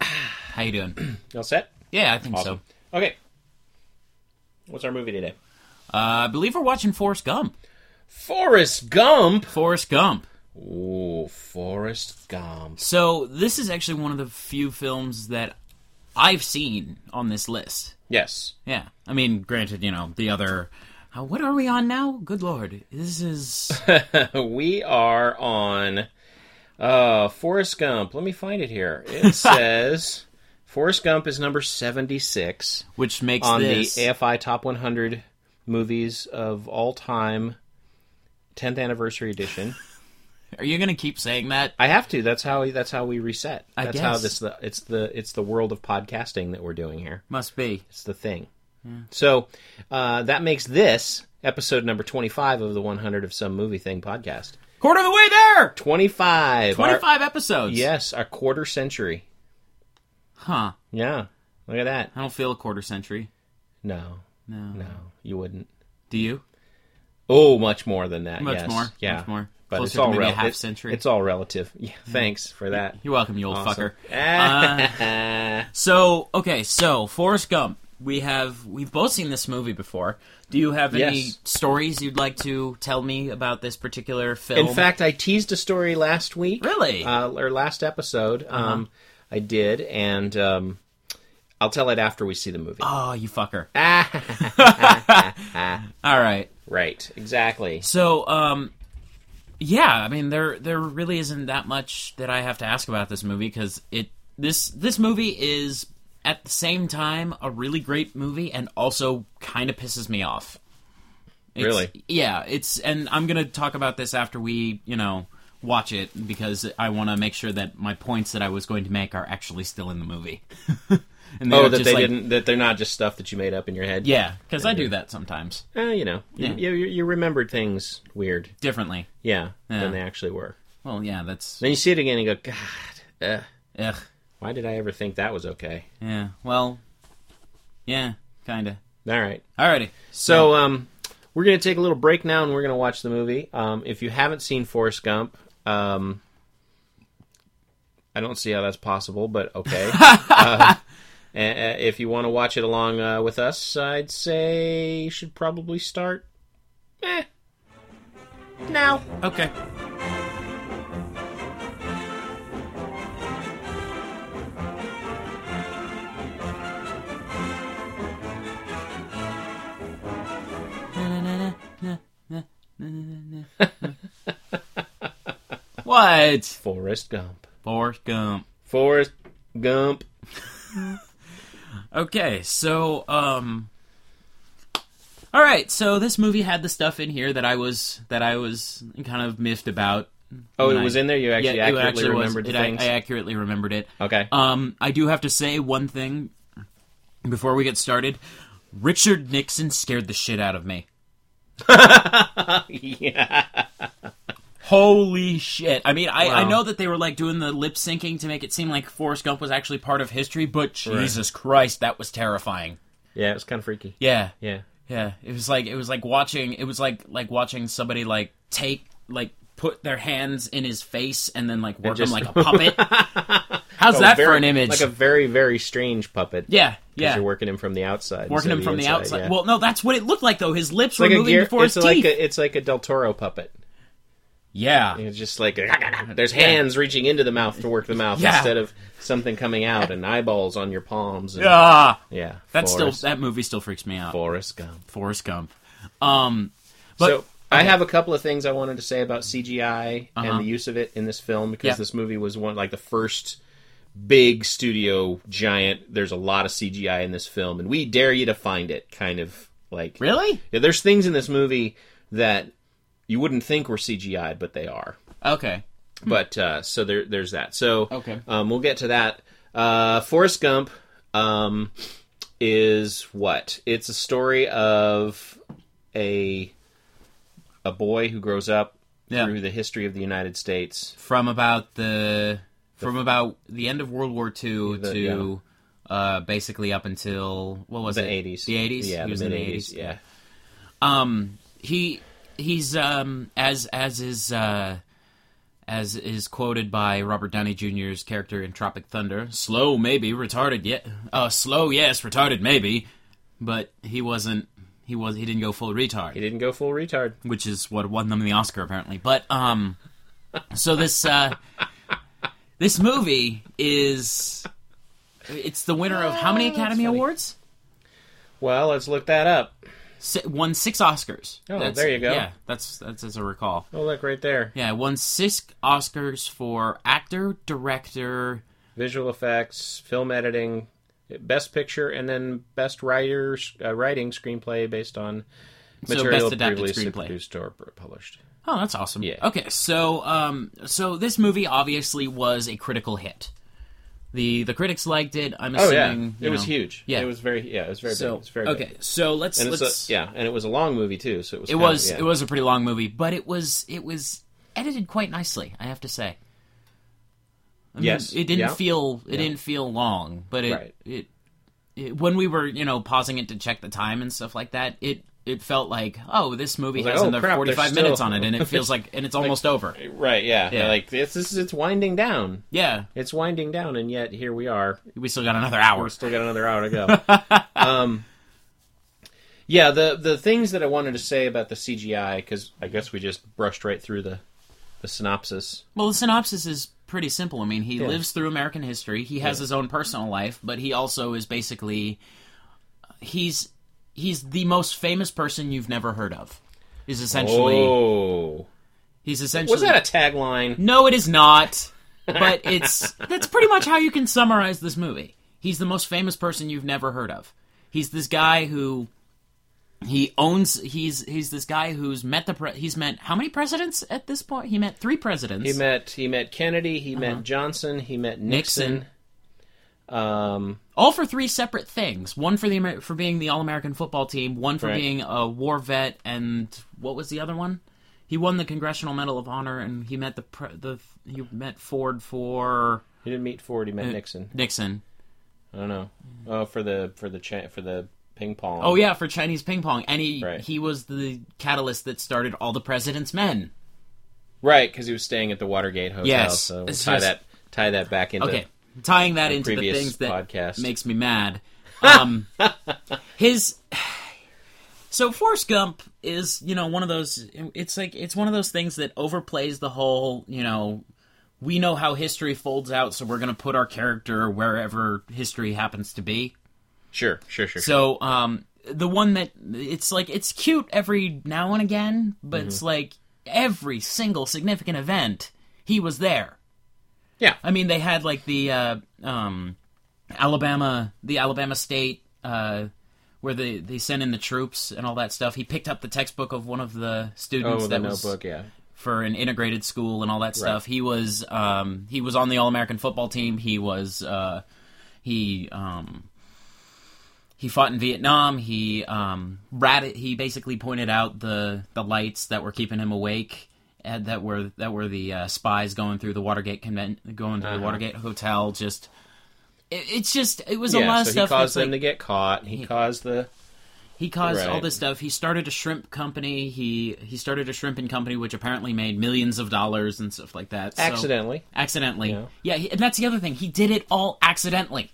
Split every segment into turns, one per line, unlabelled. How you doing?
All set?
Yeah, I think
Awesome.
so.
Okay. What's our movie today?
Uh, I believe we're watching Forrest Gump.
Forrest Gump.
Forrest Gump.
Ooh, Forrest Gump.
So this is actually one of the few films that I've seen on this list.
Yes.
Yeah, I mean, granted, you know the other. Uh, what are we on now? Good lord, this is
we are on uh Forrest Gump. Let me find it here. It says Forrest Gump is number 76
which makes
on
this
the AFI Top 100 movies of all time 10th anniversary edition.
Are you gonna keep saying that?
I have to. That's how that's how we reset.
I
That's how
guess.
this the it's the it's the world of podcasting that we're doing here.
Must be.
It's the thing.
Hmm.
So uh, that makes this episode number 25 of the 100 of Some Movie Thing podcast.
Quarter of the way there.
25. Our-
Twenty-five episodes.
yes, our quarter century.
Huh.
Yeah. Look at that.
I don't feel a quarter century.
No.
No.
No, you wouldn't.
Do you?
Oh, much more than that.
Much
yes.
more.
Yeah.
Much more.
But
Closer
it's all
to maybe a
rel-
half
it-
century.
It's all relative. Yeah, thanks for that.
You're welcome, you old
Awesome.
fucker. Uh, So okay, so Forrest Gump. We have we've both seen this movie before. Do you have any
Yes.
stories you'd like to tell me about this particular film?
In fact, I teased a story last week.
Really? Uh-huh.
Uh, or last episode. Um, I did, and um, I'll tell it after we see the movie.
oh, you fucker. Oh. All right.
Right. Exactly.
So, um, yeah, I mean, there there really isn't that much that I have to ask about this movie because it this this movie is at the same time a really great movie and also kind of pisses me off. It's-
Really?
Yeah, it's and I'm gonna talk about this after we you know watch it because I want to make sure that my points that I was going to make are actually still in the movie. and
Oh,
don't
that
just,
they
like-
didn't. That they're not just stuff that you made up in your head.
Yeah, because I do that sometimes
Eh, you know, you-
Yeah.
you, you you remembered things weird.
differently.
Yeah,
Yeah.
Than they actually were.
Well, yeah, that's
Then you see it again and go, God, ugh,
ugh.
why did I ever think that was okay?
Yeah. Well. Yeah. Kinda.
All right.
Alrighty.
So um, we're gonna take a little break now, and we're gonna watch the movie. Um, if you haven't seen Forrest Gump, um, I don't see how that's possible, but okay. uh, a- a- if you want to watch it along uh, with us, I'd say you should probably start. Eh. Now.
Okay. what?
Forrest Gump.
Forrest Gump.
Forrest Gump.
Okay, so um All right, so this movie had the stuff in here that I was that I was kind of miffed about.
Oh,
when
it
I-
was in there. You actually
yeah,
accurately
it actually was.
remembered
It-
the
I-
things.
I, accurately remembered it.
okay.
Um I do have to say one thing before we get started. Richard Nixon scared the shit out of me.
yeah.
Holy shit. I mean, I,
Wow.
I know that they were like doing the lip syncing to make it seem like Forrest Gump was actually part of history, but Jesus Christ, that was terrifying.
Yeah, it was kind of freaky.
Yeah.
Yeah.
Yeah, it was like it was like watching it was like like watching somebody like take like put their hands in his face and then like work
just- Oh,
him like a puppet. How's that
very-
for an image?
Like a very, very strange puppet.
yeah,
Because
yeah.
you're working him from the outside.
Working
instead
him
of
from the
inside,
outside.
yeah.
Well, no, that's what it looked like though. His lips
it's like
were
a
moving
gear.
before
it's
his
like
teeth.
a, it's like a Del Toro puppet.
yeah.
It's just like there's hands reaching into the mouth to work the mouth
Yeah.
instead of something coming out and eyeballs on your palms. And,
Ah,
yeah.
that's
Forrest,
still that movie still freaks me out.
Forrest Gump.
Forrest Gump. Um,
so I have a couple of things I wanted to say about CGI and the use of it in this film because
Uh-huh. Yeah.
this movie was one like the first big studio giant. There's a lot of CGI in this film, and we dare you to find it. Kind of like
really?
Yeah, there's things in this movie that you wouldn't think were CGI, but they are.
Okay.
But uh, so there, there's that. So
Hmm. Okay.
um, we'll get to that. Uh, Forrest Gump um, is what? It's a story of a a boy who grows up
Yeah.
through the history of the United States.
from about the from about the end of World War II
The-
to uh, basically up until what was
The
it?
80s.
The eighties.
Yeah,
he was
the
in
mid
the
80s.
eighties.
Yeah.
Um, he he's um as as is uh as is quoted by Robert Downey Jr.'s character in Tropic Thunder. Slow, maybe retarded, yet uh, slow, yes, retarded, maybe, but he wasn't. He was. He didn't go full
He
retard,
didn't go full retard.
which is what won them the Oscar, apparently. But um, so this uh, this movie is it's the winner of how
Ah,
many Academy Awards?
Well, let's look that up.
Si- won six Oscars.
Oh, there you go.
Yeah, that's that's as I recall.
Oh, look right there.
Yeah, won six Oscars for actor, director,
Visual effects, film editing, best picture, and then best writer uh, writing screenplay based on material
best adapted
previously
screenplay.
produced or published.
Oh, that's awesome.
Yeah.
Okay, so um so this movie obviously was a critical hit. The the critics liked it. I'm
Oh yeah,
assuming you
it was
know.
huge.
Yeah.
it was very yeah, it was very big.
So
It was very
okay,
big.
so let's
And it's
let's
a, yeah, and it was a long movie too, so it was
It
kinda-
was
yeah.
it was a pretty long movie, but it was it was edited quite nicely, I have to say. I mean,
Yes,
It didn't
yeah.
feel it didn't feel long, but it,
Right.
it it when we were, you know, pausing it to check the time and stuff like that, it it felt like, oh, this movie
like,
has
oh,
another
crap, they're
45 minutes
still-
on it and it feels like and it's almost over.
right, yeah.
Yeah.
Like it's this is it's winding down.
Yeah.
It's winding down, and yet here we are.
We still got another hour.
We still got another hour to go. um, yeah, the the things that I wanted to say about the CGI because I guess we just brushed right through the the synopsis.
Well, the synopsis is pretty simple. I mean, he lives through American history. He has his own personal life, but he also is basically he's he's the most famous person you've never heard of. Is essentially
Oh,
he's essentially
was that a tagline?
No, it is not. But it's that's pretty much how you can summarize this movie. He's the most famous person you've never heard of. He's this guy who he owns he's he's this guy who's met the pre- he's met how many presidents at this point? He met 3 presidents.
He met he met Kennedy. He met Johnson. He met Nixon.
Uh-huh. Nixon.
Um,
all for three separate things. One for the Amer- for being the All American football team. One for
Right.
being a war vet, and what was the other one? He won the Congressional Medal of Honor, and he met the pre- the he met Ford for
he didn't meet Ford. He
Uh,
met Nixon.
Nixon.
I don't know. Oh, for the for the cha- for the ping pong.
Oh yeah, for Chinese ping pong, and he
Right.
he was the catalyst that started all the President's Men.
right, because he was staying at the Watergate Hotel.
Yes,
so we'll
it's
tie
just-
that tie that back into
Okay, tying that into the
previous
things that
podcast.
makes me mad. Um, his so Forrest Gump is you know one of those. It's like it's one of those things that overplays the whole you know. We know how history folds out, so we're going to put our character wherever history happens to be.
sure, sure, sure. sure.
So, um, the one that it's like it's cute every now and again, but
Mm-hmm.
it's like every single significant event he was there.
yeah,
I mean, they had like the uh, um, Alabama, the Alabama State, uh, where they they sent in the troops and all that stuff. He picked up the textbook of one of the students
oh, the
that was
Notebook. Yeah,
for an integrated school and all that stuff. He was um, he was on the All American football team. He was uh, he um, he fought in Vietnam. He um, ratted, he basically pointed out the the lights that were keeping him awake. And that were that were the uh, spies going through the Watergate convent, going
Uh-huh.
through the Watergate hotel. Just it, it's just it was a
yeah.
lot
so
of stuff.
he caused
that's, like,
them to get caught. He caused the
he caused all
Right.
this stuff. He started a shrimp company. He he started a shrimping company, which apparently made millions of dollars and stuff like that. So-
accidentally.
accidentally.
Yeah.
Yeah, he, and that's the other thing. He did it all accidentally.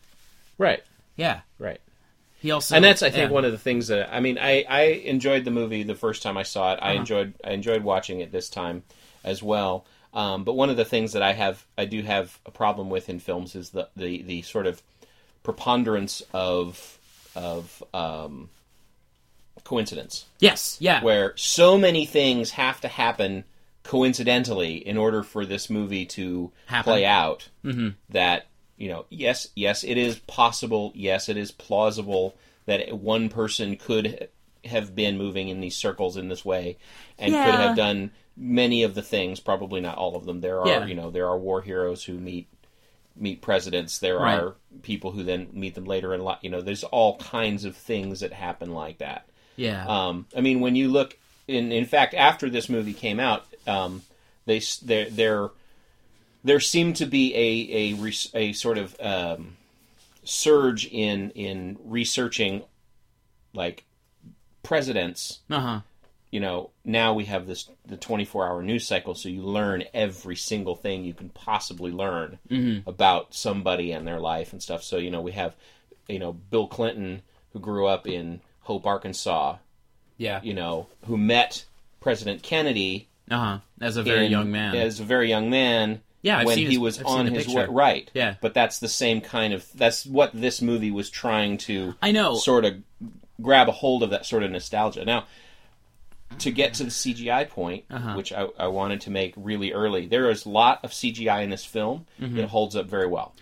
Right,
Yeah.
right.
He also
And that's I think
yeah.
one of the things that I mean I I enjoyed the movie the first time I saw it. I
Uh-huh.
enjoyed I enjoyed watching it this time as well. Um, but one of the things that I have I do have a problem with in films is the the, the sort of preponderance of of um, coincidence
Yes. Yeah.
where so many things have to happen coincidentally in order for this movie to
Happen. Mm-hmm.
play out that you know yes yes it is possible yes it is plausible that one person could have been moving in these circles in this way and could
Yeah.
have done many of the things probably not all of them there are
Yeah.
you know there are war heroes who meet meet presidents there
Right.
are people who then meet them later in life you know there's all kinds of things that happen like that
yeah.
um, I mean, when you look in, in fact, after this movie came out, um, they s- there there there seemed to be a a, res- a sort of um, surge in in researching like presidents
uh huh.
you know, now we have this the 24 hour news cycle, so you learn every single thing you can possibly learn about somebody and their life and stuff. So you know, we have you know Bill Clinton who grew up in Hope, Arkansas,
Yeah.
you know, who met President Kennedy
Uh huh. As a very
in-
young man.
as a very young man.
Yeah, I've
when
seen
he
his-
was
I've seen
on
the
his way,
picture.
right?
Yeah.
but that's the same kind of that's what this movie was trying to
I know.
sort of grab a hold of that sort of nostalgia. Now, to get to the CGI point,
Uh-huh.
which I, I wanted to make really early, there is a lot of CGI in this film
Mm-hmm.
that holds up very well.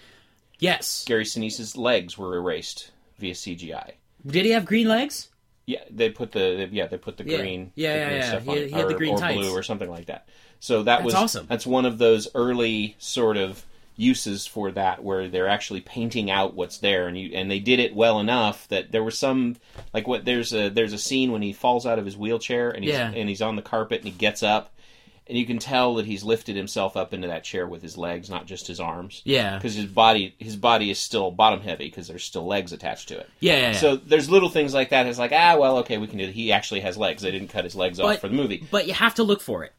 yes.
Gary Sinise's legs were erased via CGI.
Did he have green legs?
Yeah, they put the yeah they put the
Yeah.
green
Yeah,
the
yeah,
green
yeah.
stuff
He-
on it,
he had the
or-
green
or
tights.
blue or something like that. So that was
awesome.
That's one of those early sort of uses for that where they're actually painting out what's there, and you and they did it well enough that there was some like what there's a there's a scene when he falls out of his wheelchair and he's
Yeah.
and he's on the carpet and he gets up. And you can tell that he's lifted himself up into that chair with his legs, not just his arms,
Yeah.
because his body his body is still bottom heavy because there's still legs attached to it.
Yeah. yeah, yeah.
So there's little things like that. It's like, ah, well, okay, we can do. It. He actually has legs. They didn't cut his legs off
But-
for the movie.
but you have to look for it.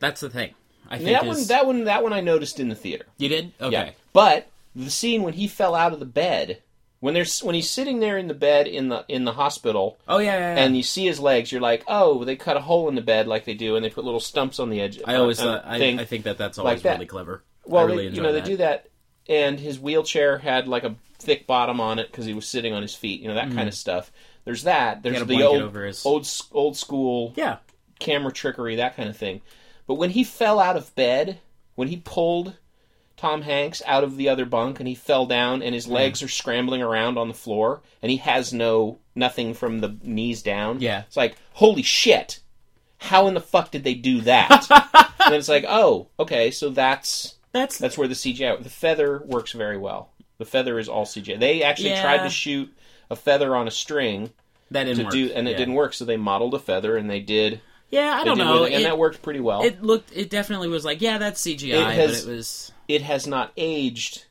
That's the thing. I think
That
is-
one, that one, that one, I noticed in the theater.
you did. Okay.
Yeah, but the scene when he fell out of the bed, when there's when he's sitting there in the bed in the in the hospital,
Oh yeah. yeah, yeah.
and you see his legs, you're like, oh, they cut a hole in the bed like they do, and they put little stumps on the edge.
I always
on the
thought, I,
thing.
I think that that's always
that.
really clever.
well,
I really
they,
enjoy
you know,
that.
they do that, and his wheelchair had like a thick bottom on it because he was sitting on his feet. You know that kind of stuff. There's that. There's
Mm-hmm. had a
the
blanket
old
over his-
old s- old school
Yeah.
camera trickery, that kind of thing. But when he fell out of bed, when he pulled Tom Hanks out of the other bunk and he fell down and his legs are scrambling around on the floor and he has no nothing from the knees down.
Yeah.
It's like, holy shit. How in the fuck did they do that? and it's like, oh, okay, so that's
That's
that's where the CGI the feather works very well. The feather is all CGI. They actually
Yeah.
tried to shoot a feather on a string
that didn't
to
work.
do and it
yeah.
didn't work, so they modeled a feather and they did
Yeah, I
they
don't
did
know.
with it, and
It,
that worked pretty well. It,
it looked. It definitely was like, yeah, that's CGI,
It has-
but it was.
has not aged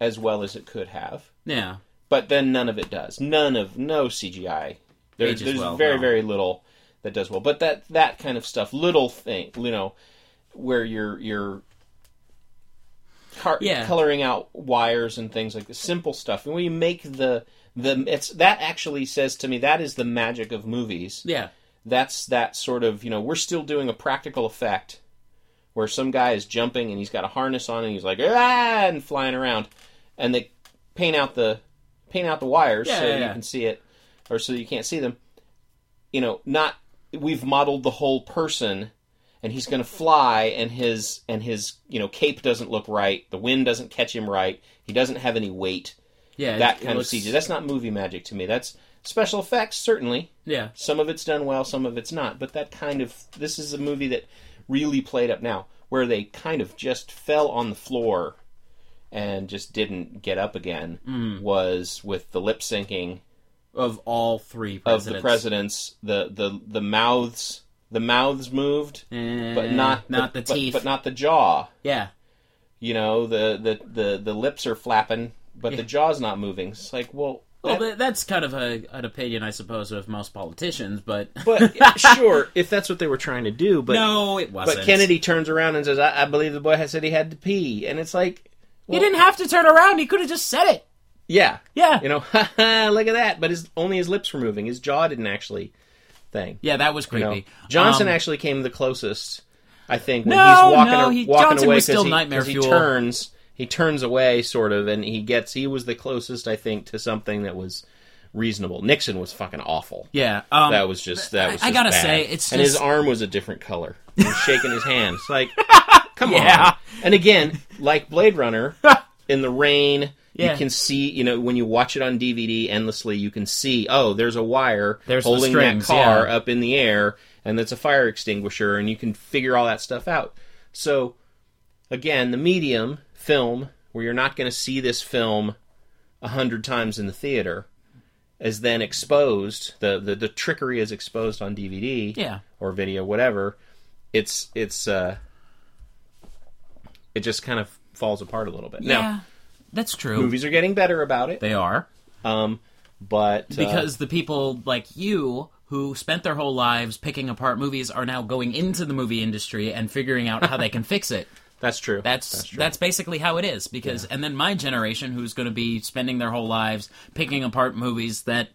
as well as it could have,
Yeah.
but then none of it does. None of no CGI. There-
Ages
there's
well,
very
no.
very little that does well, but that that kind of stuff, little thing, you know, where you're you're car-
Yeah.
coloring out wires and things like the simple stuff, and when you make the the it's that actually says to me that is the magic of movies
Yeah.
that's that sort of you know we're still doing a practical effect where some guy is jumping and he's got a harness on and he's like ah and flying around and they paint out the paint out the wires
Yeah,
so
yeah,
you
yeah.
can see it or so you can't see them you know not we've modeled the whole person and he's going to fly and his and his you know cape doesn't look right the wind doesn't catch him right he doesn't have any weight
Yeah.
that
it- it
kind
looks-
of CG that's not movie magic to me that's special effects certainly
Yeah.
some of it's done well, some of it's not. But that kind of this is a movie that really played up now, where they kind of just fell on the floor and just didn't get up again.
Mm.
Was with the lip syncing
Of all three
of
presidents.
the presidents, the the the mouths, the mouths moved,
Eh,
but not
not the
but-
teeth.
but not the jaw.
yeah.
You know, the the the, the lips are flapping, but the jaw's not moving. It's like, well,
Well,
that-
but that's kind of a, an opinion, I suppose, of most politicians, but,
but sure, if that's what they were trying to do, but
no, it wasn't.
But Kennedy turns around and says, I, I believe the boy has said he had to pee. And it's like,
he didn't have to turn around. He could have just said it.
yeah.
Yeah.
You know, "Ha, ha, look at that. But his only his lips were moving. His jaw didn't actually thing.
yeah, that was
You know?
creepy.
Johnson
Um,
actually came the closest, I think, when
No,
he's walking,
no,
a-
he-
walking
Johnson
away
was still
he,
nightmare
'cause he
fuel.
turns he turns away sort of and he gets he was the closest, I think, to something that was reasonable. Nixon was fucking awful.
yeah. Um,
That was just that was.
I- I
just
gotta
bad.
say, it's
and his
just-
arm was a different color. He was shaking his hand. It's like, come
Yeah.
on. And again, like Blade Runner, in the rain,
Yeah.
you can see. You know, when you watch it on DVD endlessly, you can see. Oh, there's a wire
There's the
holding
strings,
that car
yeah.
up in the air, and that's a fire extinguisher, and you can figure all that stuff out. So, again, the medium film where you're not going to see this film a hundred times in the theater is then exposed the, the the trickery is exposed on DVD
Yeah.
or video whatever it's it's uh it just kind of falls apart a little bit
yeah,
now
that's true.
movies are getting better about it
They are.
um but uh,
because the people like you who spent their whole lives picking apart movies are now going into the movie industry and figuring out how they can fix it.
That's true.
That's that's, basically how it is because and then my generation who's going to be spending their whole lives picking apart movies that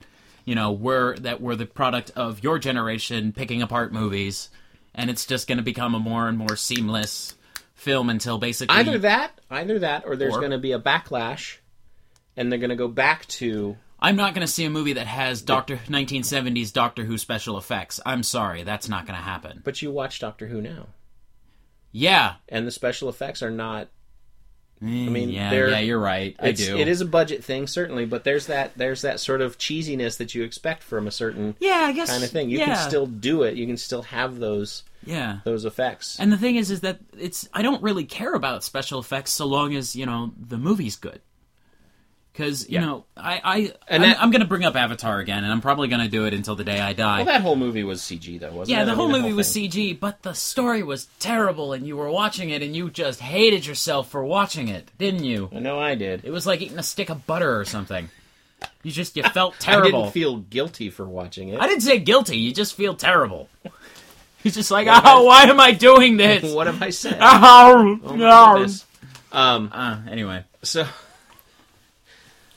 you know were that were the product of your generation picking apart movies and it's just going to become a more and more seamless film until basically
either that, either that, or there's
Or-
going to be a backlash, and they're going to go back to
I'm not going to see a movie that has Doctor 1970s Doctor Who special effects. I'm sorry, that's not going to happen.
But you watch Doctor Who now,
Yeah,
and the special effects are not.
I
mean,
yeah,
they're-
yeah, you're right. I
it's-
do.
It is a budget thing, certainly, but there's that there's that sort of cheesiness that you expect from a certain
yeah, I guess
kind of thing. You
yeah,
can still do it. You can still have those
yeah.
those effects.
And the thing is, is that it's I don't really care about special effects so long as you know the movie's good. Because you know, I I I'm,
And that-
I'm going to bring up Avatar again, and I'm probably going to do it until the day I die.
well, that whole movie was CG, though, wasn't it?
yeah, the
I mean,
whole movie was
thing.
CG, but the story was terrible, and you were watching it, and you just hated yourself for watching it, didn't you?
I know I did.
It was like eating a stick of butter or something. You just you felt
I
terrible.
didn't feel guilty for watching it.
I didn't say guilty. You just feel terrible. You're just like, oh, why am I doing this?
what have I said?
Oh,
Oh, my goodness. Um.
Uh, anyway,
So.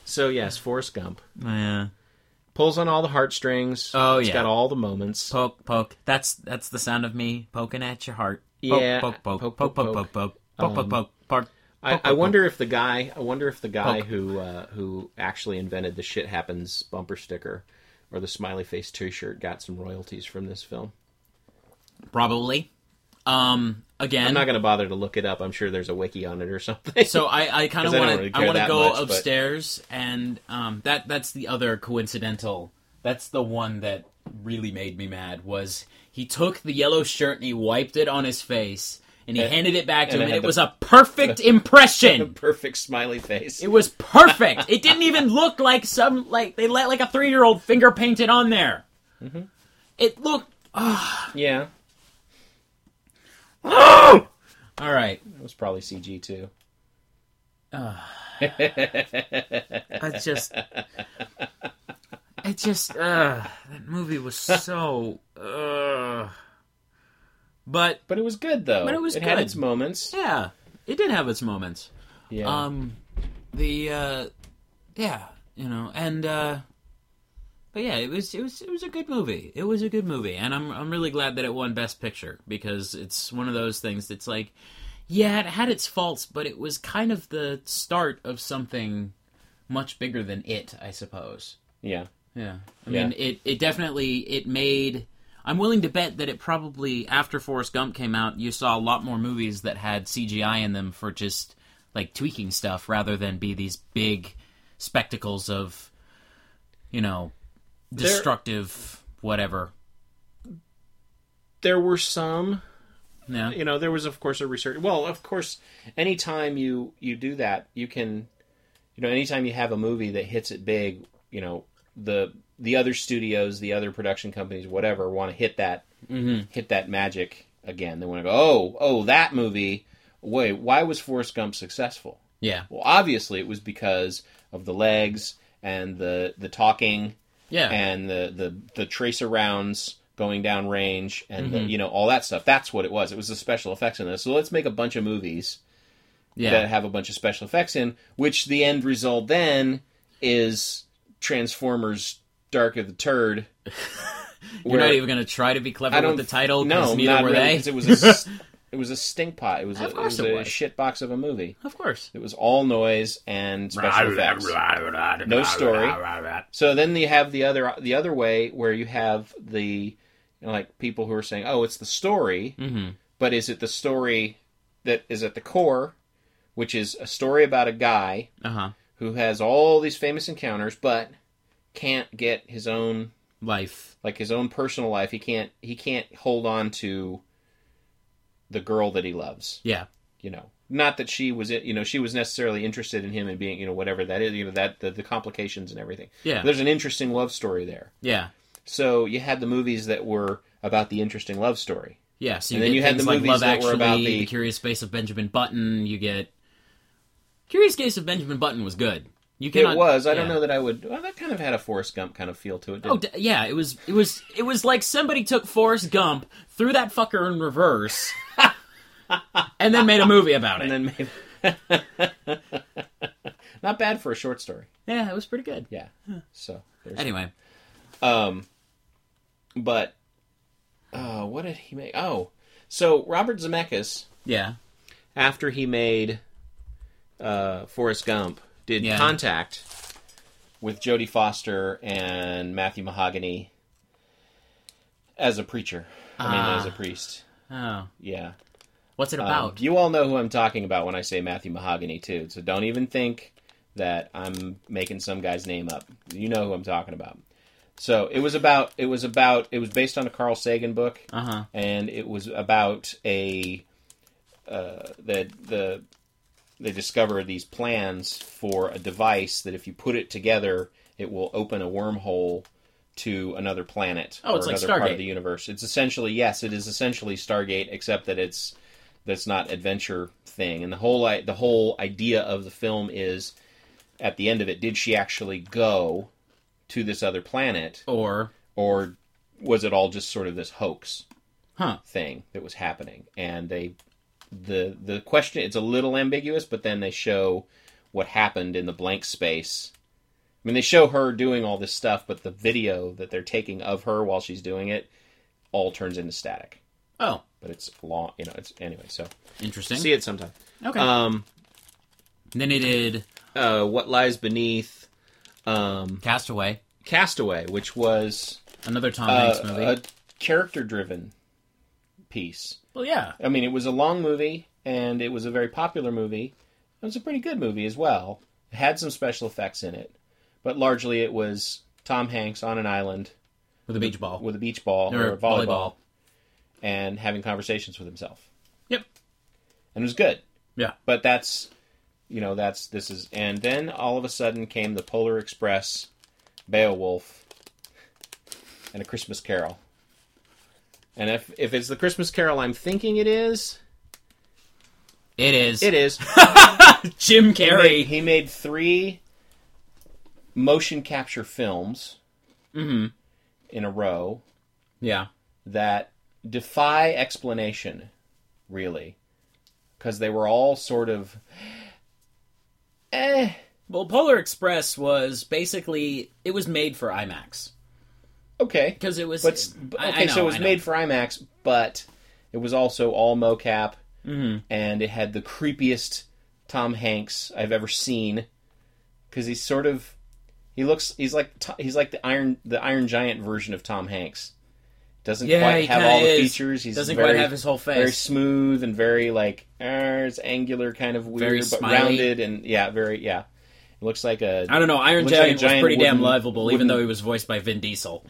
So yes, Forrest Gump
yeah.
pulls on all the heartstrings.
Oh,
It's
yeah.
got all the moments.
Poke, poke. That's that's the sound of me poking at your heart. Poke,
Yeah.
Poke, poke, poke,
Poke,
poke, poke,
poke,
poke, poke, poke, poke, poke.
I,
Poke,
I
poke,
wonder if the guy. I wonder if the guy
Poke.
who uh, who actually invented the "shit happens" bumper sticker or the smiley face T-shirt got some royalties from this film.
poke. Probably. Um. Again.
I'm not going to bother to look it up. I'm sure there's a wiki on it or something.
so I, I kind of
'Cause I don't
want
really
to I
care
want to
that
go
much, but-
upstairs and um that that's the other coincidental that's the one that really made me mad was he took the yellow shirt and he wiped it on his face and he
And-
handed it back to him
and it
and
had
it
the-
was a perfect impression.
perfect smiley face.
It was perfect. It didn't even look like some like they let like a three year old finger painted on there.
Mm-hmm.
It looked
Yeah,
all right.
it was probably CG too.
I just, it just, uh, that movie was so, uh, but
But it was good though.
it was
had
good.
its moments.
yeah, it did have its moments.
Yeah.
Um, the, uh, yeah, you know, and, uh, but yeah, it was, it was, it was a good movie. It was a good movie, and I'm, I'm really glad that it won Best Picture because it's one of those things that's like, yeah, it had its faults, but it was kind of the start of something much bigger than it, I suppose.
yeah.
Yeah. I
Yeah.
mean it it definitely it made I'm willing to bet that it probably after Forrest Gump came out, you saw a lot more movies that had CGI in them for just like tweaking stuff rather than be these big spectacles of you know destructive whatever.
There were some.
Yeah.
You know, there was of course a research. Well, of course, anytime you you do that, you can. You know, anytime you have a movie that hits it big, you know the the other studios, the other production companies, whatever, want to hit that hit that magic again. They want to go, oh, oh, that movie. Wait, why was Forrest Gump successful?
Yeah.
Well, obviously, it was because of the legs and the the talking
Yeah.
and the the the tracer rounds going down range and
Mm-hmm.
the, you know all that stuff. That's what it was. It was the special effects in this. So let's make a bunch of movies
yeah.
that have a bunch of special effects in, which the end result then is Transformers: Dark of the Turd.
You're not even going to try to be clever with the title
No,
cuz neither
not
were
really,
they.
'cause it was a, s- it was a stink pot. It was a,
Of
it
course
was
it
a
was.
shit box of a movie.
of course.
It was all noise and special effects.
No
story. So then you have the other the other way where you have the you know, like people who are saying, "Oh, it's the story,"
Mm-hmm.
but is it the story that is at the core, which is a story about a guy
Uh-huh.
who has all these famous encounters, but can't get his own
Life.
like his own personal life. He can't he can't hold on to the girl that he loves.
Yeah.
You know, not that she was you know she was necessarily interested in him and being you know whatever that is you know that the, the complications and everything.
Yeah.
There's an interesting love story there.
Yeah.
So you had the movies that were about the interesting love story.
Yeah, so you
And then
get
you had
things
the
like
movies
Love
that
Actually,
were about
the...
the-
Curious Case of Benjamin Button. You get Curious Case of Benjamin Button was good. You
It
cannot,
was. I
yeah.
don't know that I would. Well, that kind of had a Forrest Gump kind of feel to it. Didn't
Oh d- yeah, it was it was it was like somebody took Forrest Gump, threw that fucker in reverse, and then made a movie about
and
it.
then maybe not bad for a short story.
Yeah, it was pretty good.
Yeah. So there's
Anyway,
um, but uh, what did he make? Oh, so Robert Zemeckis
yeah,
after he made uh, Forrest Gump did
Yeah.
Contact with Jodie Foster and Matthew Mahogany as a preacher. I mean,
Ah.
as a priest.
oh,
Yeah.
what's it
Um,
about?
you all know who I'm talking about when I say Matthew Mahogany, too. So don't even think that I'm making some guy's name up. You know who I'm talking about. So it was about it was about it was based on a Carl Sagan book,
Uh huh.
and it was about a uh, that the they discover these plans for a device that if you put it together, it will open a wormhole to another planet
Oh, it's
or
like
another part
Stargate.
of the universe. It's essentially yes, it is essentially Stargate, except that it's that's not adventure thing. And the whole i- the whole idea of the film is at the end of it, did she actually go to this other planet,
Or
or was it all just sort of this hoax?
huh?
thing that was happening and they the the question it's a little ambiguous but then they show what happened in the blank space i mean they show her doing all this stuff but the video that they're taking of her while she's doing it all turns into static
Oh,
but it's long you know it's anyway so
interesting.
see it sometime
okay.
um
then they did
uh what lies beneath um
Castaway,
castaway which was
another Tom
uh,
Hanks movie.
a character driven piece
well, yeah,
I mean, it was a long movie, and it was a very popular movie. It was a pretty good movie as well. It had some special effects in it, but largely it was Tom Hanks on an island
with a beach ball.
with a beach ball or,
Or
a volleyball,
volleyball.
and having conversations with himself.
Yep.
And it was good.
Yeah.
But that's, you know, that's this is. And then all of a sudden came the Polar Express, Beowulf, and a Christmas Carol. And if if it's the Christmas Carol I'm thinking it is,
It is.
it is.
Jim
He made,
Carrey.
he made three motion capture films in a row
yeah.
that defy explanation, really, because they were all sort of eh.
Well, Polar Express was basically it was made for IMAX
Okay,
because it was.
but s- but-
I- I
okay,
know,
so it was
I know.
made for IMAX, but it was also all mocap,
Mm-hmm.
and it had the creepiest Tom Hanks I've ever seen because he's sort of he looks he's like To- he's like the iron the Iron Giant version of Tom Hanks. Doesn't
Yeah,
quite
he
have
kinda
all the
is.
features. He's
Doesn't
very,
quite have his whole face.
Very smooth and very like er, it's angular, kind of weird,
Very
but
smiley.
rounded and yeah, very yeah. It looks like a
I don't know. Iron
Looks like a
Giant was
giant
pretty damn
wooden-
lovable, even
wooden-
though he was voiced by Vin Diesel.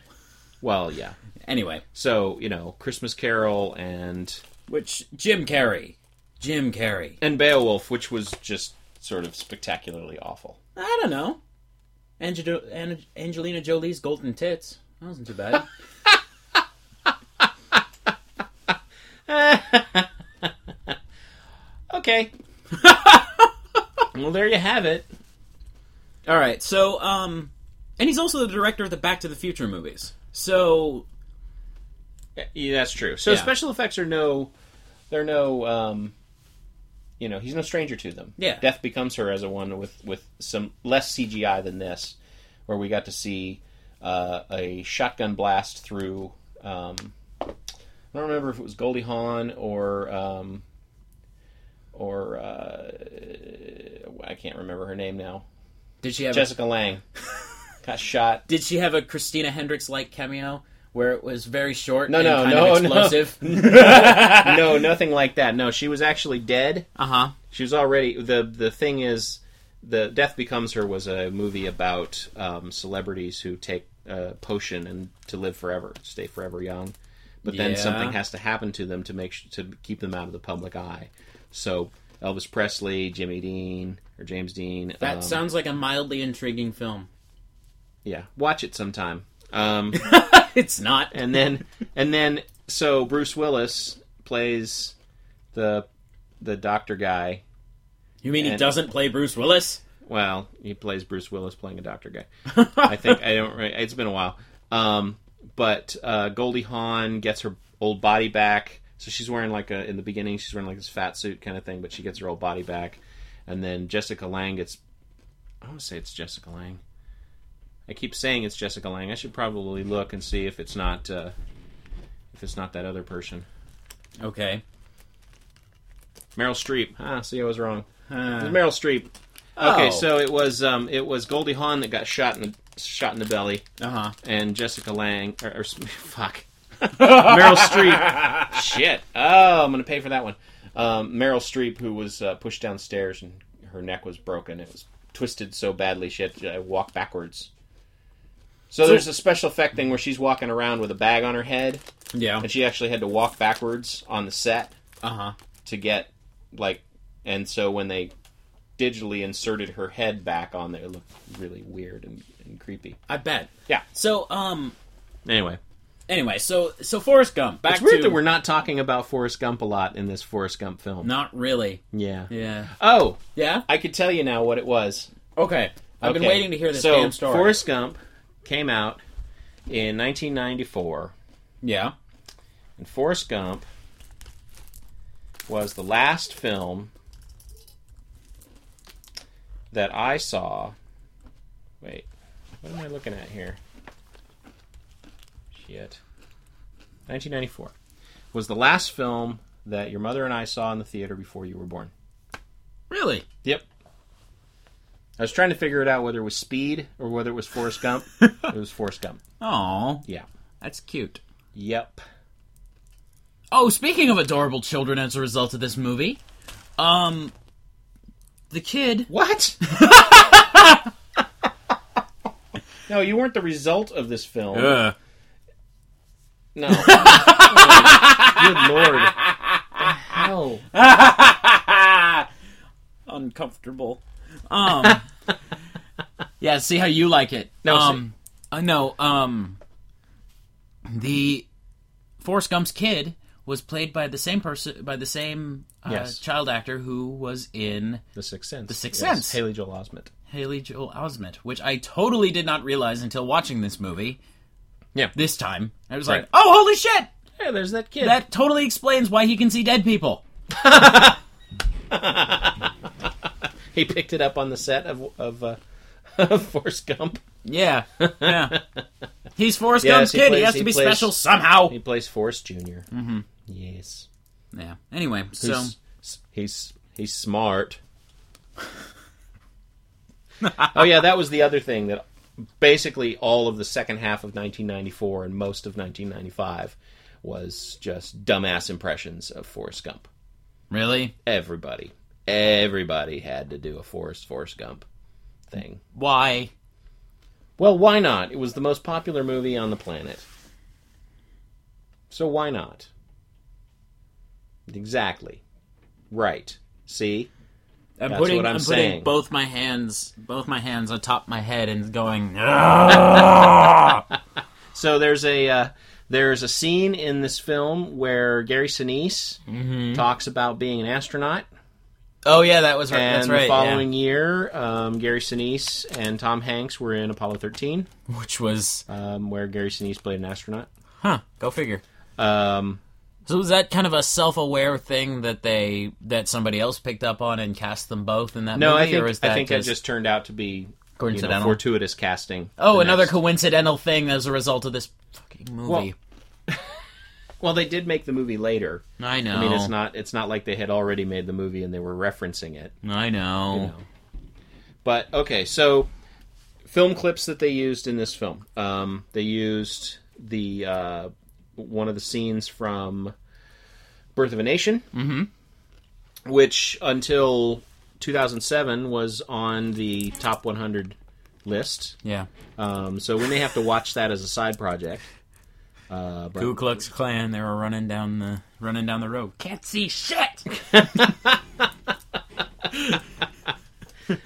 well, yeah.
Anyway,
So you know, Christmas Carol and
which Jim Carrey, Jim Carrey.
and Beowulf, which was just sort of spectacularly awful.
I don't know. Angel- An- Angelina Jolie's golden tits. That wasn't too bad.
Okay. well, there you have it.
All right. So, um, and he's also the director of the Back to the Future movies. So,
Yeah, that's true. So
Yeah.
special effects are no, they're no, um, you know, he's no stranger to them.
Yeah.
Death becomes her as a one with with some less CGI than this, where we got to see uh, a shotgun blast through. Um, I don't remember if it was Goldie Hawn or um, or uh, I can't remember her name now.
did she have? A,
Jessica Lang got shot.
did she have a Christina Hendricks like cameo where it was very short?
No,
and
no,
kind
no,
of
no.
explosive.
No, nothing like that. No, she was actually dead.
Uh huh.
She was already the the thing is the Death Becomes Her was a movie about um, celebrities who take a potion and to live forever, stay forever young, but then
Yeah.
something has to happen to them to make sh- to keep them out of the public eye. So Elvis Presley, Jimmy Dean, or James Dean.
That
um,
sounds like a mildly intriguing film.
yeah, watch it sometime. Um,
It's not.
and then and then so Bruce Willis plays the the doctor guy
You mean he
and-
doesn't play Bruce Willis?
Well, he plays Bruce Willis playing a doctor guy. I think I don't. re- It's been a while. Um, but uh, Goldie Hawn gets her old body back. So she's wearing like a in the beginning she's wearing like this fat suit kind of thing, but she gets her old body back. And then Jessica Lang gets. I want to say it's Jessica Lang. I keep saying it's Jessica Lang. I should probably look and see if it's not uh, if it's not that other person.
Okay.
Meryl Streep. Ah, see, I was wrong. It was Meryl Streep. Okay,
Oh.
so it was um, it was Goldie Hawn that got shot in the shot in the belly,
Uh huh.
and Jessica Lang or, or fuck Meryl Streep. Shit. Oh, I'm gonna pay for that one. Um, Meryl Streep, who was uh, pushed downstairs and her neck was broken. It was twisted so badly she had to uh, walk backwards. So there's a special effect thing where she's walking around with a bag on her head,
Yeah.
and she actually had to walk backwards on the set
Uh huh.
to get like and so when they digitally inserted her head back on there it looked really weird and, and creepy
I bet.
yeah
So um.
anyway
Anyway, so so Forrest Gump. Back
it's weird
to
that we're not talking about Forrest Gump a lot in this Forrest Gump film
not really.
yeah.
Yeah.
oh
Yeah.
I could tell you now what it was
Okay. I've been
Okay.
waiting to hear this
so,
damn story.
Forrest Gump came out in 1994
Yeah.
and Forrest Gump was the last film that I saw. Wait, what am I looking at here? Shit. 1994 was the last film that your mother and I saw in the theater before you were born.
Really?
Yep. I was trying to figure it out whether it was Speed or whether it was Forrest Gump. it was Forrest Gump.
Oh,
Yeah.
that's cute.
Yep.
Oh, speaking of adorable children as a result of this movie, um the kid
What? no, you weren't the result of this film. No. Good lord. How?
uncomfortable. Um Yeah, see how you like it.
No, see-
um I know um the Forrest Gump's kid was played by the same person by the same uh,
Yes.
child actor who was in
The Sixth Sense. The
Sixth Sense.
Haley Joel Osment.
Haley Joel Osment, which I totally did not realize until watching this movie.
Yeah.
This time, I was
Right.
like, "Oh, holy shit!
Yeah, there's that kid.
That totally explains why he can see dead people."
He picked it up on the set of of, uh, of Forrest Gump.
Yeah, yeah. He's Forrest
Yes,
Gump's
he
kid. he
plays-
has
he
to be
plays-
special somehow.
He plays Forrest junior Mm-hmm. Yes.
Yeah. Anyway, so
He's he's, he's smart. oh yeah, that was the other thing that basically all of the second half of 1994 and most of 1995 was just dumbass impressions of Forrest Gump.
really,
Everybody, everybody had to do a Forrest Forrest Gump thing.
why?
Well, why not? It was the most popular movie on the planet. So why not? Exactly. Right. See?
I'm
That's
putting
what I'm
I'm
saying.
putting both my hands both my hands on top of my head and going.
Oh, So there's a uh, there's a scene in this film where Gary Sinise
Mm-hmm.
talks about being an astronaut,
Oh yeah, that was right.
and
That's right.
the following year, um, Gary Sinise and Tom Hanks were in Apollo 13,
yeah. Which was,
um, where Gary Sinise played an astronaut.
huh? Go figure.
Um,
So was that kind of a self-aware thing that they that somebody else picked up on and cast them both in that
no,
movie,
I think
or is that
I think
just,
that just turned out to be you know,
Coincidental.
fortuitous casting.
oh
The
another
next-
coincidental thing as a result of this fucking movie?
well, they did make the movie later.
I know.
I mean, it's not it's not like they had already made the movie and they were referencing it.
I know.
know. But okay, so film clips that they used in this film. Um, they used the uh, one of the scenes from Birth of a Nation, mm-hmm. which until 2007 was on the top 100 list.
Yeah.
Um, so we may have to watch that as a side project. Uh, but
Ku Klux Klan. They were running down the running down the road. Can't see shit.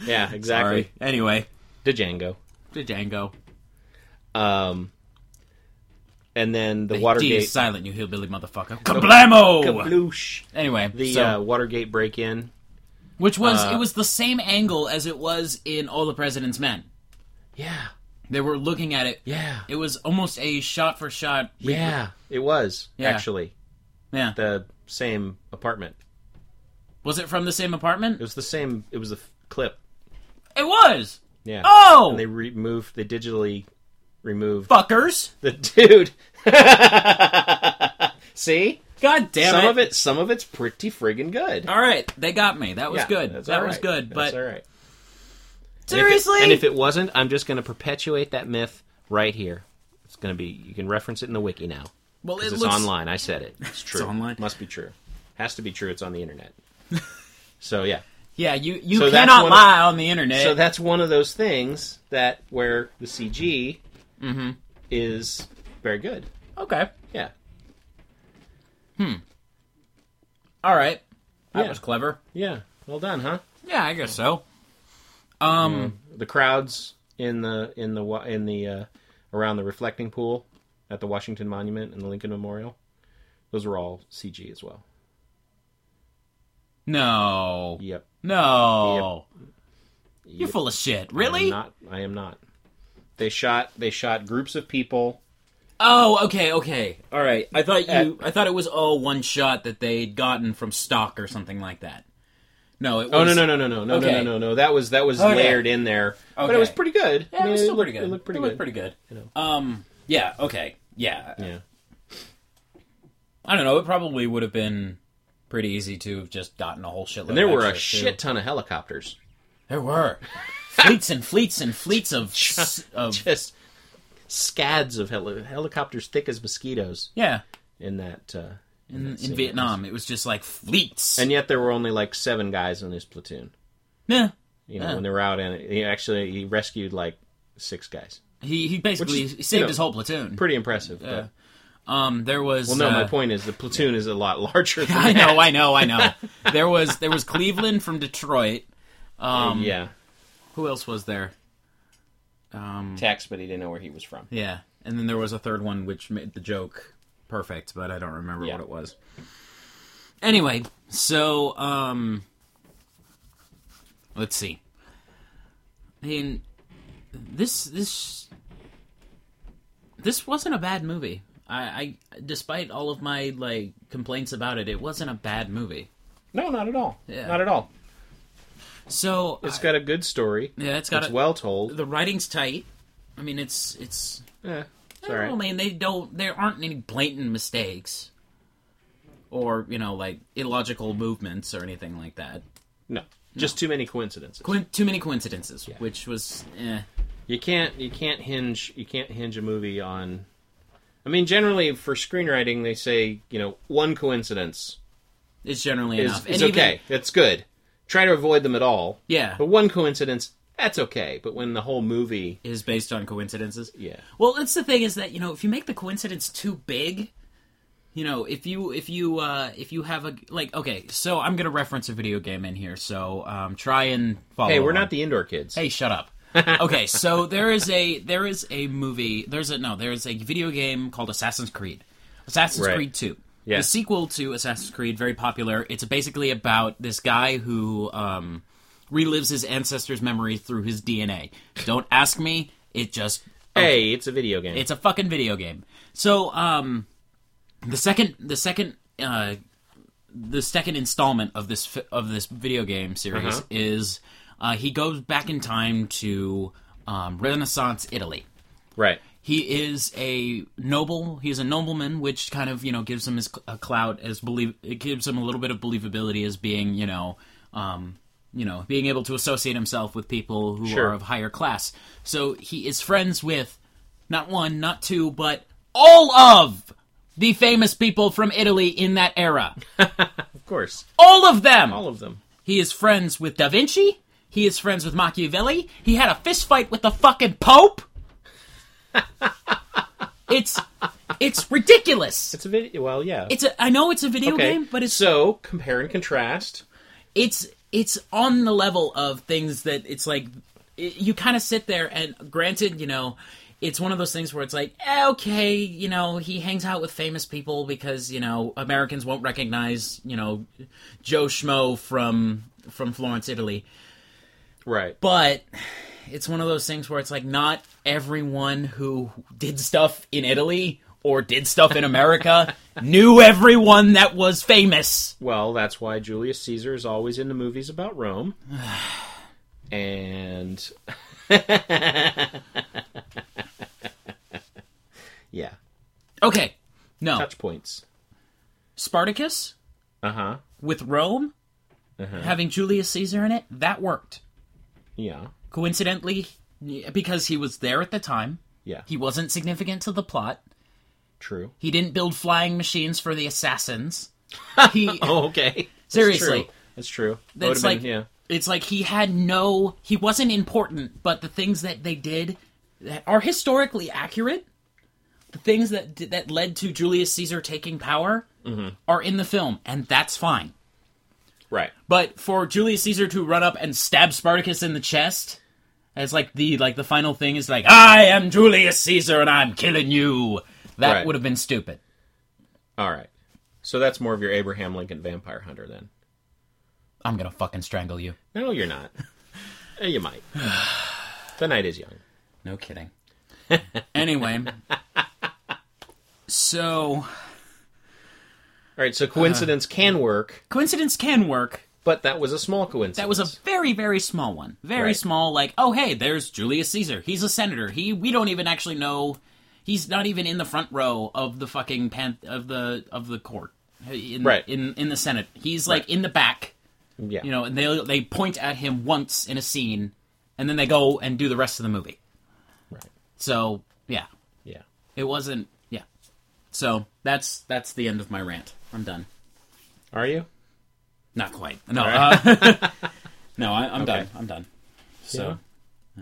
yeah, exactly.
Sorry. Anyway,
To Django.
the Django.
Um, and then the
D is
Watergate
silent, you hillbilly motherfucker. Kablamo.
Kabloosh.
Anyway,
The
so
uh, Watergate break in.
Which was it was the same angle as it was in All the President's Men.
Yeah.
They were looking at it.
Yeah.
It was almost a shot for shot.
yeah. It was
Yeah.
actually
Yeah.
the same apartment.
Was it from the same
It
apartment?
was the same. It was the f- clip.
It was.
Yeah.
Oh!
And they removed. They digitally removed
Fuckers.
the dude. See,
God damn
some
it.
of it. Some of it's pretty friggin' good.
All right, they got me. That was
Yeah,
good.
that's
That
all
was
right.
good.
That's
But
all right. And if it-
seriously,
and if it wasn't, I'm just going to perpetuate that myth right here. It's going to be. You can reference it in the wiki now.
well, it
Because
looks
it's online. I said it. It's true.
online.
Must be true. Has to be true. It's on the internet. so yeah.
Yeah, you you
So that's
cannot
one-
lie on the internet.
So that's one of those things that where the CG
Mm-hmm.
is very good.
okay,
Yeah.
all right, that
Yeah.
was clever.
Yeah. Well done, huh?
Yeah, I guess so. Um,
The crowds in the in the wa- in the uh, around the reflecting pool at the Washington Monument and the Lincoln Memorial. Those were all CG as well.
no,
Yep.
no, you're
Yep.
full of shit.
I am
Really?
not. I am not. They shot. They shot groups of people.
Oh, okay, okay, all right. I thought you,
At-
I thought it was all one shot that they'd gotten from stock or something like that. No, it was.
Oh no no no no no no
Okay.
no no no! That was that was
Okay.
layered in there, but it was
Okay.
pretty good.
Yeah, it was still
looked,
pretty good.
It looked pretty good.
Pretty good.
know.
Um, yeah, okay, yeah.
Yeah.
I don't know. It probably would have been pretty easy to have just gotten a whole shitload.
And there
of
were a
extras, too.
shit ton of helicopters.
There were fleets and fleets and fleets of, s- of
Just scads of heli- helicopters thick as mosquitoes
yeah.
in that uh,
In,
that scene.
in Vietnam, it was just like fleets.
And yet there were only like seven guys in his platoon.
yeah,
You know,
Yeah.
when they were out in it, he actually he rescued like six guys.
he he basically
Which is,
he saved
you know,
his whole platoon.
Pretty impressive. But,
Um, there was
well, no, my
uh,
point is the platoon is a lot larger. Than
I
that.
know, I know, I know. there was there was Cleveland from Detroit. Um,
yeah,
who else was there? Um,
tax, but he didn't know where he was from.
yeah, and then there was a third one which made the joke perfect, but I don't remember
Yeah.
what it was. Anyway, so um, let's see. And this this this wasn't a bad movie. I, I despite all of my like complaints about it, it wasn't a bad movie.
No, not at all.
Yeah.
Not at all.
So
It's
I-
got a good story.
yeah, it's got
it's
a,
well told.
the writing's tight. I mean, it's it's.
Yeah, it's
I
all
don't know,
right.
man. They don't. There aren't any blatant mistakes, or you know, like illogical movements or anything like that.
No, just too many coincidences.
Coin- too many coincidences, which was eh.
you can't you can't hinge you can't hinge a movie on. I mean, generally for screenwriting, they say you know one coincidence
It's generally
is,
enough.
is
even-
okay. That's good. Try to avoid them at all.
Yeah,
But one coincidence, that's okay. But when the whole movie,
is based on coincidences.
yeah,
Well, that's the thing is that you know if you make the coincidence too big, you know if you if you uh if you have a like okay, so I'm gonna reference a video game in here, so um try and follow.
hey, we're
along.
not the indoor kids.
Hey, shut up. okay, so there is a there is a movie. There's a no. There is a video game called Assassin's Creed. Assassin's
Right.
Creed Two.
Yeah.
The sequel to Assassin's Creed, very popular. It's basically about this guy who um, relives his ancestors' memory through his DNA. Don't ask me. It just
Hey, it's a video game.
it's a fucking video game. So, um, the second, the second, uh, the second installment of this fi- of this video game series is uh, he goes back in time to um, Renaissance Italy.
right.
He is a noble. He is a nobleman, which kind of you know gives him his cl- a clout as believe. It gives him a little bit of believability as being you know, um, you know, being able to associate himself with people who
Sure.
are of higher class. So he is friends with not one, not two, but all of the famous people from Italy in that era.
Of course,
All of them.
all of them.
He is friends with Da Vinci. He is friends with Machiavelli. He had a fist fight with the fucking Pope. it's it's ridiculous.
It's a video. Well, yeah.
It's a, I know it's a video game, but it's
so compare and contrast.
it's it's on the level of things that it's like it, you kind of sit there and granted you know it's one of those things where it's like eh, okay you know he hangs out with famous people because you know americans won't recognize you know joe schmo from from Florence, Italy.
Right.
But it's one of those things where it's like not everyone who did stuff in Italy or did stuff in America knew everyone that was famous.
Well, that's why Julius Caesar is always in the movies about Rome. and yeah,
Okay. No.
touch points.
Spartacus
Uh huh.
with Rome having Julius Caesar in it, that worked.
Yeah.
Coincidentally, because he was there at the time,
Yeah.
he wasn't significant to the plot.
True.
He didn't build flying machines for the assassins. He
Oh, okay.
Seriously.
That's true. That
it's
would've been-
like
yeah.
it's like he had no he wasn't important, but the things that they did that are historically accurate, the things that that led to Julius Caesar taking power are in the film and that's fine.
Right.
But for Julius Caesar to run up and stab Spartacus in the chest, as like the like the final thing is like I am Julius Caesar and I'm killing you. That
Right.
would have been stupid.
All right. So that's more of your Abraham Lincoln vampire hunter then.
I'm gonna fucking strangle you.
No, you're not. Eh, you might. the night is young.
No kidding. anyway, so
All right. So
Uh-huh.
coincidence can work,
coincidence can work.
but that was a small coincidence.
That was a very very small one. Very
Right.
small. Like oh hey, there's Julius Caesar. He's a senator. He we don't even actually know. He's not even in the front row of the fucking pan- of the of the court. In,
Right.
in in the Senate. He's like in the back.
yeah.
You know, and they they point at him once in a scene, and then they go and do the rest of the movie.
Right.
So yeah,
Yeah.
It wasn't. Yeah. So that's that's the end of my rant. I'm done.
Are you?
Not quite. No. uh, no, I, I'm done. I'm done. So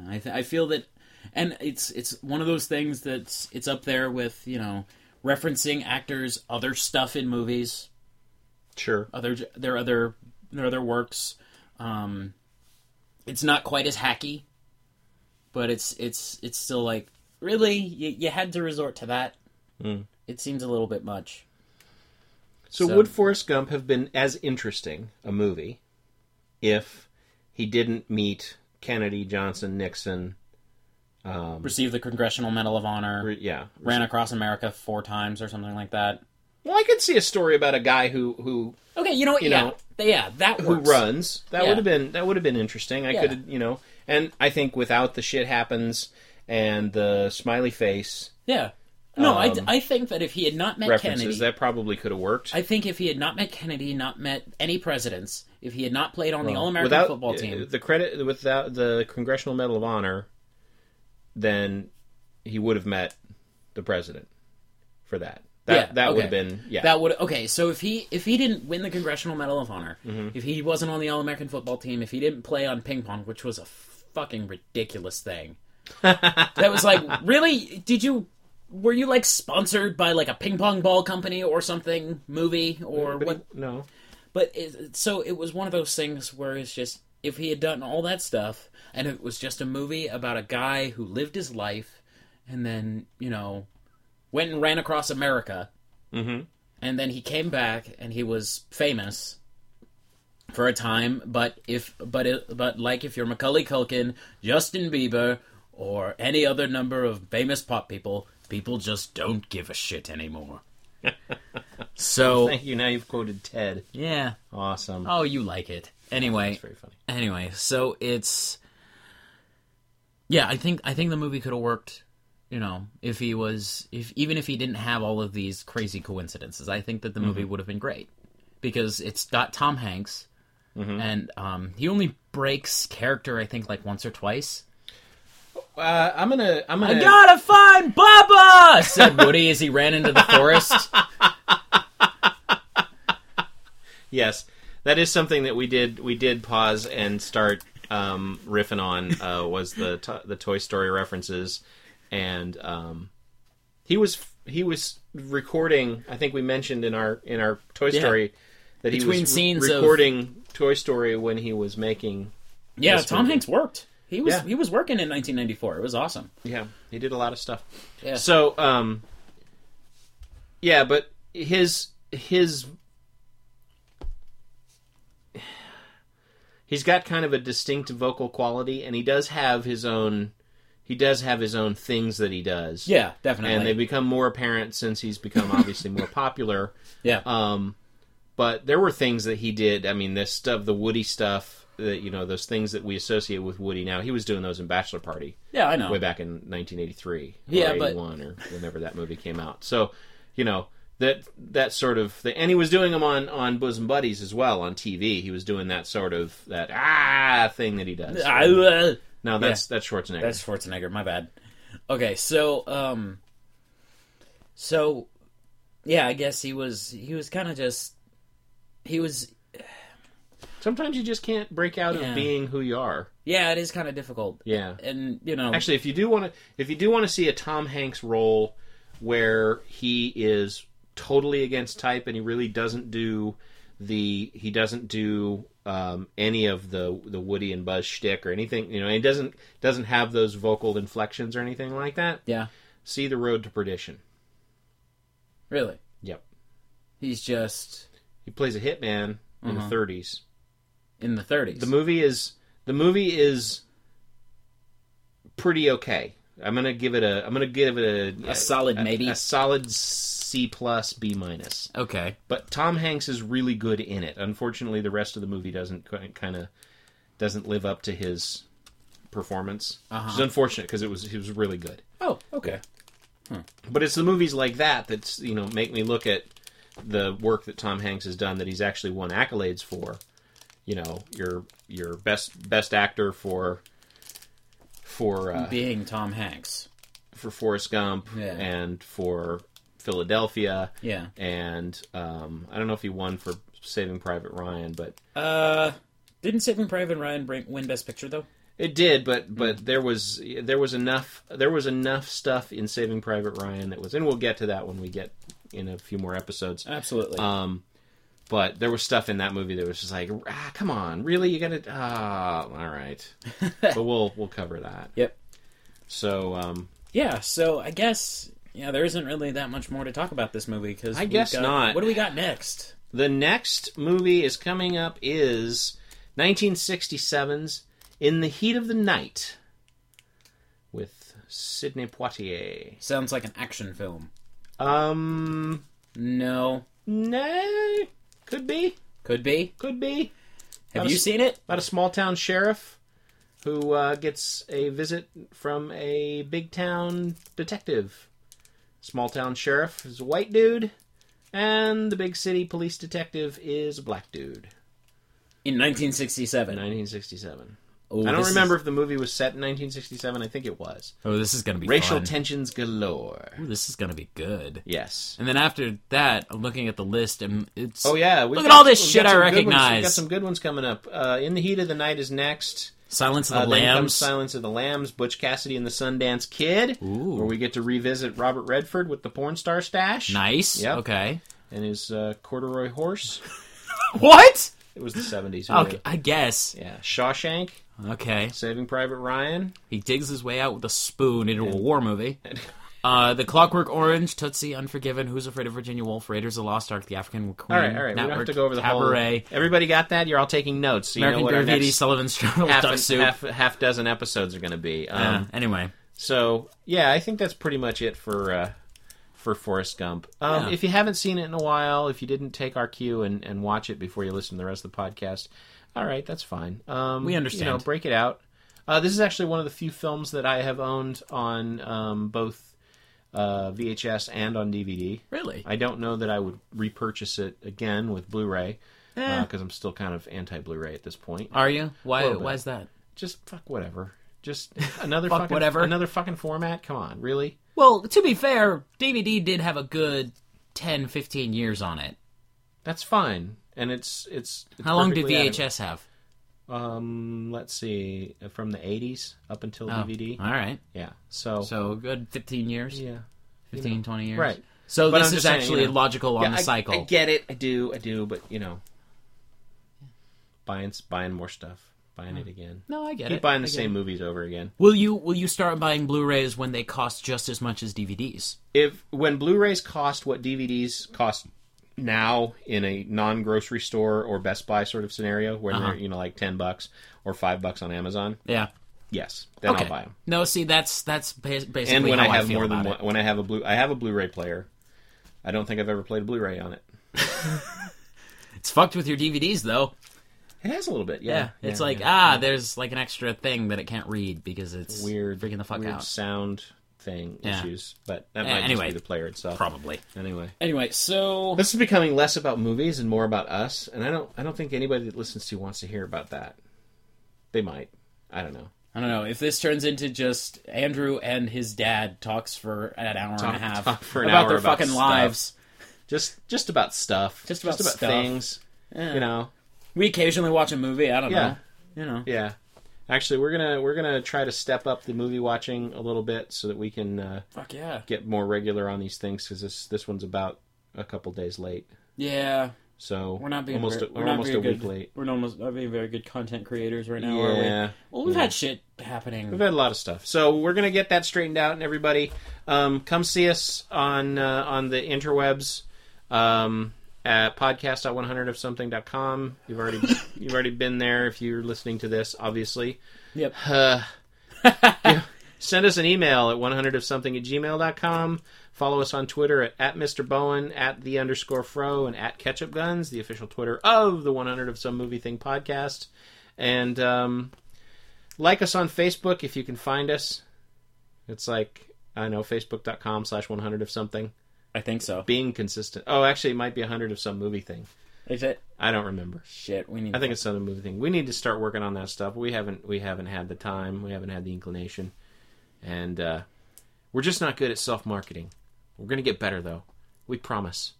I th- I feel that, and it's it's one of those things that's it's up there with you know referencing actors other stuff in movies
Sure.
other their other their other works. Um, it's not quite as hacky, but it's it's it's still like really you, you had to resort to that. It seems a little bit much.
So,
So-
would Forrest Gump have been as interesting a movie if he didn't meet Kennedy, Johnson, Nixon?
Received the Congressional Medal of Honor,
or- yeah.
ran across America four times or something like that.
Well, I could see a story about a guy who who
Okay, you know what?
You
yeah,
know,
Th- yeah, that
who
works.
runs. That
Yeah.
would have been that would have been interesting. I
Yeah.
could have you know, and I think without the shit happens and the smiley face
Yeah. No, I, d-
Um,
I think that if he had not met
references
Kennedy,
that probably could have worked.
I think if he had not met Kennedy, not met any presidents, if he had not played on the All American
without
football
uh,
team,
the credit without the Congressional Medal of Honor, then he would have met the president for that. That
Yeah,
that would have
okay.
been yeah.
That would okay. So if he if he didn't win the Congressional Medal of Honor,
Mm-hmm.
if he wasn't on the All American Football Team, if he didn't play on ping pong, which was a fucking ridiculous thing, that was like really. Did you were you like sponsored by like a ping pong ball company or something movie or
But he-
what?
no.
But it, so it was one of those things where it's just if he had done all that stuff and it was just a movie about a guy who lived his life and then you know went and ran across America
Mhm.
and then he came back and he was famous for a time but if but it, but like if you're Macaulay Culkin, Justin Bieber or any other number of famous pop people, people just don't give a shit anymore. so
Thank you. Now you've quoted Ted.
yeah,
Awesome.
Oh, you like it. Anyway,
That's very funny.
anyway, so it's Yeah, I think I think the movie could have worked, you know, if he was if even if he didn't have all of these crazy coincidences. I think that the
Mm-hmm.
movie would have been great because it's got Tom Hanks
Mm-hmm.
and um he only breaks character I think like once or twice.
Uh, I'm gonna I'm
I
gonna
gotta find Baba said Woody as he ran into the forest.
yes. That is something that we did we did pause and start um, riffing on uh, was the to- the Toy Story references and um, he was he was recording I think we mentioned in our in our Toy Story that he
Between
was re-
scenes of-
recording Toy Story when he was making
Yeah,
This
Tom
movie.
Hanks worked. He was
Yeah.
he was working in 1994. It was awesome.
Yeah, he did a lot of stuff.
Yeah.
So, um, yeah, but his his he's got kind of a distinct vocal quality, and he does have his own. He does have his own things that he does.
Yeah, definitely.
and they become more apparent since he's become obviously more popular.
yeah,
Um, but there were things that he did. I mean, this stuff, the Woody stuff, that you know, those things that we associate with Woody now. He was doing those in Bachelor Party
yeah, I know.
way back in 1983
Yeah,
or
but-
81 or whenever that movie came out. So, you know, that that sort of thing. And he was doing them on on Bosom Buddies as well on TV. He was doing that sort of that ah thing that he does.
I, uh,
no, that's that's Schwarzenegger.
That's Schwarzenegger. My bad. Okay, so um, so yeah, I guess he was he was kind of just he was
Sometimes you just can't break out
Yeah.
of being who you are.
yeah. It is kind of difficult,
Yeah.
and you know
Actually, if you do want to, if you do want to see a Tom Hanks role where he is totally against type and he really doesn't do the he doesn't do um, any of the the Woody and Buzz shtick or anything, you know, and he doesn't doesn't have those vocal inflections or anything like that.
yeah,
See the Road to Perdition.
really,
Yep,
he's just
he plays a hitman in the '30s.
in the thirties.
The movie is the movie is pretty okay. I'm gonna give it a I'm gonna give it a
A solid maybe?
a solid C plus B minus.
Okay.
But Tom Hanks is really good in it. Unfortunately, the rest of the movie doesn't kind of doesn't live up to his performance, which is
Uh-huh.
unfortunate because it was he was really good.
oh, okay.
But it's the movies like that that's you know make me look at the work that Tom Hanks has done that he's actually won accolades for. You know, your your best best actor for for uh,
Being Tom Hanks.
for Forrest Gump
Yeah.
and for Philadelphia.
Yeah.
And um, I don't know if he won for Saving Private Ryan, but
Uh, didn't Saving Private Ryan bring, win Best Picture though?
It did, but but there was there was enough there was enough stuff in Saving Private Ryan that was, and we'll get to that when we get in a few more episodes.
Absolutely.
Um, but there was stuff in that movie that was just like, ah, come on, really, you gotta, ah, all right. but we'll we'll cover that.
yep.
So um,
Yeah. So I guess yeah, there isn't really that much more to talk about this movie because
I guess not.
What do we got next?
the next movie is coming up is 1967's In the Heat of the Night with Sidney Poitier.
Sounds like an action film.
Um.
No.
No, could be,
Could be.
could be.
Have
Not
you
a-
seen it?
About a small town sheriff who uh, gets a visit from a big town detective. Small town sheriff is a white dude, and the big city police detective is a black dude.
In 1967.
1967.
Oh,
I don't
this is-
remember if the movie was set in 1967. I think it was.
Oh, this is gonna be
Racial
fun.
tensions galore.
Ooh, this is gonna be good.
Yes.
And then after that, I'm looking at the list, and it's
Oh yeah. we've
Look at
got-
all this
we've
shit
got
I
some good ones- we've
recognize.
Got some good ones coming up. Uh, in the heat of the night is next.
Silence of
Uh,
the
then comes
Lambs.
Silence of the Lambs, Butch Cassidy and the Sundance Kid,
Ooh.
where we get to revisit Robert Redford with the porn star stash
Nice.
Yep.
Okay.
and his uh, corduroy horse.
What?
It was the 70s. who
Okay,
knew?
I guess.
Yeah. Shawshank,
Okay.
Saving Private Ryan.
He digs his way out with a spoon into a war movie. Uh, the Clockwork Orange, Tootsie, Unforgiven, Who's Afraid of Virginia Woolf, Raiders of the Lost Ark, The African Queen,
All right, all right. we don't have
Network,
to go over the
Cabaret,
whole... Everybody got that? You're all taking notes. So you
American
know what our
Graffiti,
next
Sullivan's Travel,
half,
Duck Soup.
half, half dozen episodes are going to be. Um,
Uh, anyway,
So yeah, I think that's pretty much it for uh, for Forrest Gump. Um,
Yeah.
If you haven't seen it in a while, if you didn't take our cue and, and watch it before you listen to the rest of the podcast, all right, that's fine. Um,
We understand.
You know, break it out. Uh, this is actually one of the few films that I have owned on um, both uh, VHS and on DVD.
really?
I don't know that I would repurchase it again with Blu-ray
Eh.
because I'm still kind of anti-Blu-ray at this point.
Are you? Why?
Little bit.
Why is that?
Just fuck whatever. Just another
Fuck
fucking
whatever.
another fucking format. Come on, really?
Well, to be fair, DVD did have a good 10, 15 years on it.
That's fine. And it's it's, it's
How long did
perfectly adequate.
VHS have?
Um, let's see, from the '80s up until
Oh,
DVD.
All right.
Yeah. So,
So a good 15 years,
yeah,
15, 20 years.
right.
So
But
this
I'm
is
just saying,
actually
you know,
logical on
yeah,
the
I,
cycle.
I get it. I do. I do. But you know, buying s- buying more stuff, buying it again.
Hmm. no, I get
Keep
it.
buying
I
the
get
same
it.
movies over again.
Will you will you start buying Blu-rays when they cost just as much as DVDs?
If when Blu-rays cost what DVDs cost now in a non-grocery store or Best Buy sort of scenario where
Uh-huh.
they're you know like ten bucks or five bucks on Amazon,
Yeah.
yes, then
Okay.
I'll buy them.
No, see, that's that's bas- basically
And when
how
I have
feel
more than
about
one, when I have a blue, I have a Blu-ray player. I don't think I've ever played a Blu-ray on it.
it. It's fucked with your DVDs though.
It has a little bit, yeah.
Yeah, it's
yeah,
like
yeah.
ah, there's like an extra thing that it can't read because it's
weird,
freaking the fuck
weird
out.
sound thing
Yeah.
issues, but that
Eh,
might
anyway.
just be the player itself.
Probably.
Anyway,
Anyway, so
this is becoming less about movies and more about us, and I don't, I don't think anybody that listens to wants to hear about that. They might, I don't know.
I don't know if this turns into just Andrew and his dad talks for an hour and
Talk-
a half
talk for an
about
hour
their
about
fucking
stuff.
lives.
Just, just about stuff.
Just about stuff.
things. You know.
We occasionally watch a movie. I don't
Yeah.
know. You know.
Yeah. Actually, we're gonna we're gonna try to step up the movie watching a little bit so that we can uh,
Fuck yeah.
get more regular on these things because this this one's about a couple days late.
Yeah.
So
We're not being
almost
very,
a,
we're
we're
not
almost a
being
week
good,
late.
We're almost not being very good content creators right now, are we?
Yeah.
Well, we've
Yeah.
had shit happening.
We've had a lot of stuff, so we're gonna get that straightened out. And everybody, um, come see us on uh, on the interwebs um, at podcast.100ofsomething.com. You've already you've already been there if you're listening to this, obviously.
Yep.
Uh, yeah. Send us an email at 100ofsomething at gmail.com. Follow us on Twitter at, at Mr. Bowen, at the underscore fro, and at ketchup guns, the official Twitter of the 100 of Some Movie Thing podcast. And um, like us on Facebook if you can find us. It's like, I know, facebook.com slash 100 of something.
I think so.
Being consistent. Oh, actually, it might be 100 of some movie thing.
Is it?
I don't remember.
Shit. We need.
I think it's another movie thing. We need to start working on that stuff. We haven't we haven't had the time. We haven't had the inclination, and uh, we're just not good at self marketing. We're gonna get better though. We promise.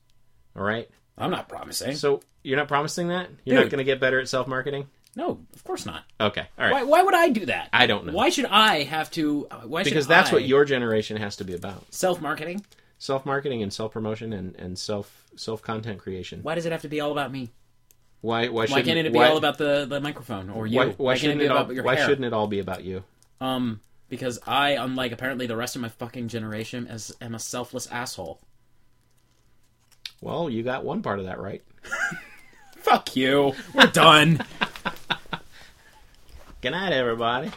All right.
I'm not promising.
So you're not promising that you're not
Dude.
gonna get better at self marketing.
No, of course not.
Okay. All right.
Why, why would I do that?
I don't know.
Why should I have to? uh, Why
Because
should
that's
I-
what your generation has to be about:
self-marketing.
self marketing and self promotion and, and self self content creation.
Why does it have to be all about me?
Why why,
Why can't
shouldn't-
it be
why-
all about the, the microphone or you?
why, why
can't
shouldn't
be
it all,
about your
why
hair?
shouldn't it all be about you?
Um, because I, unlike apparently the rest of my fucking generation, as am a selfless asshole.
Well, you got one part of that right.
Fuck you. We're done.
Good night, everybody.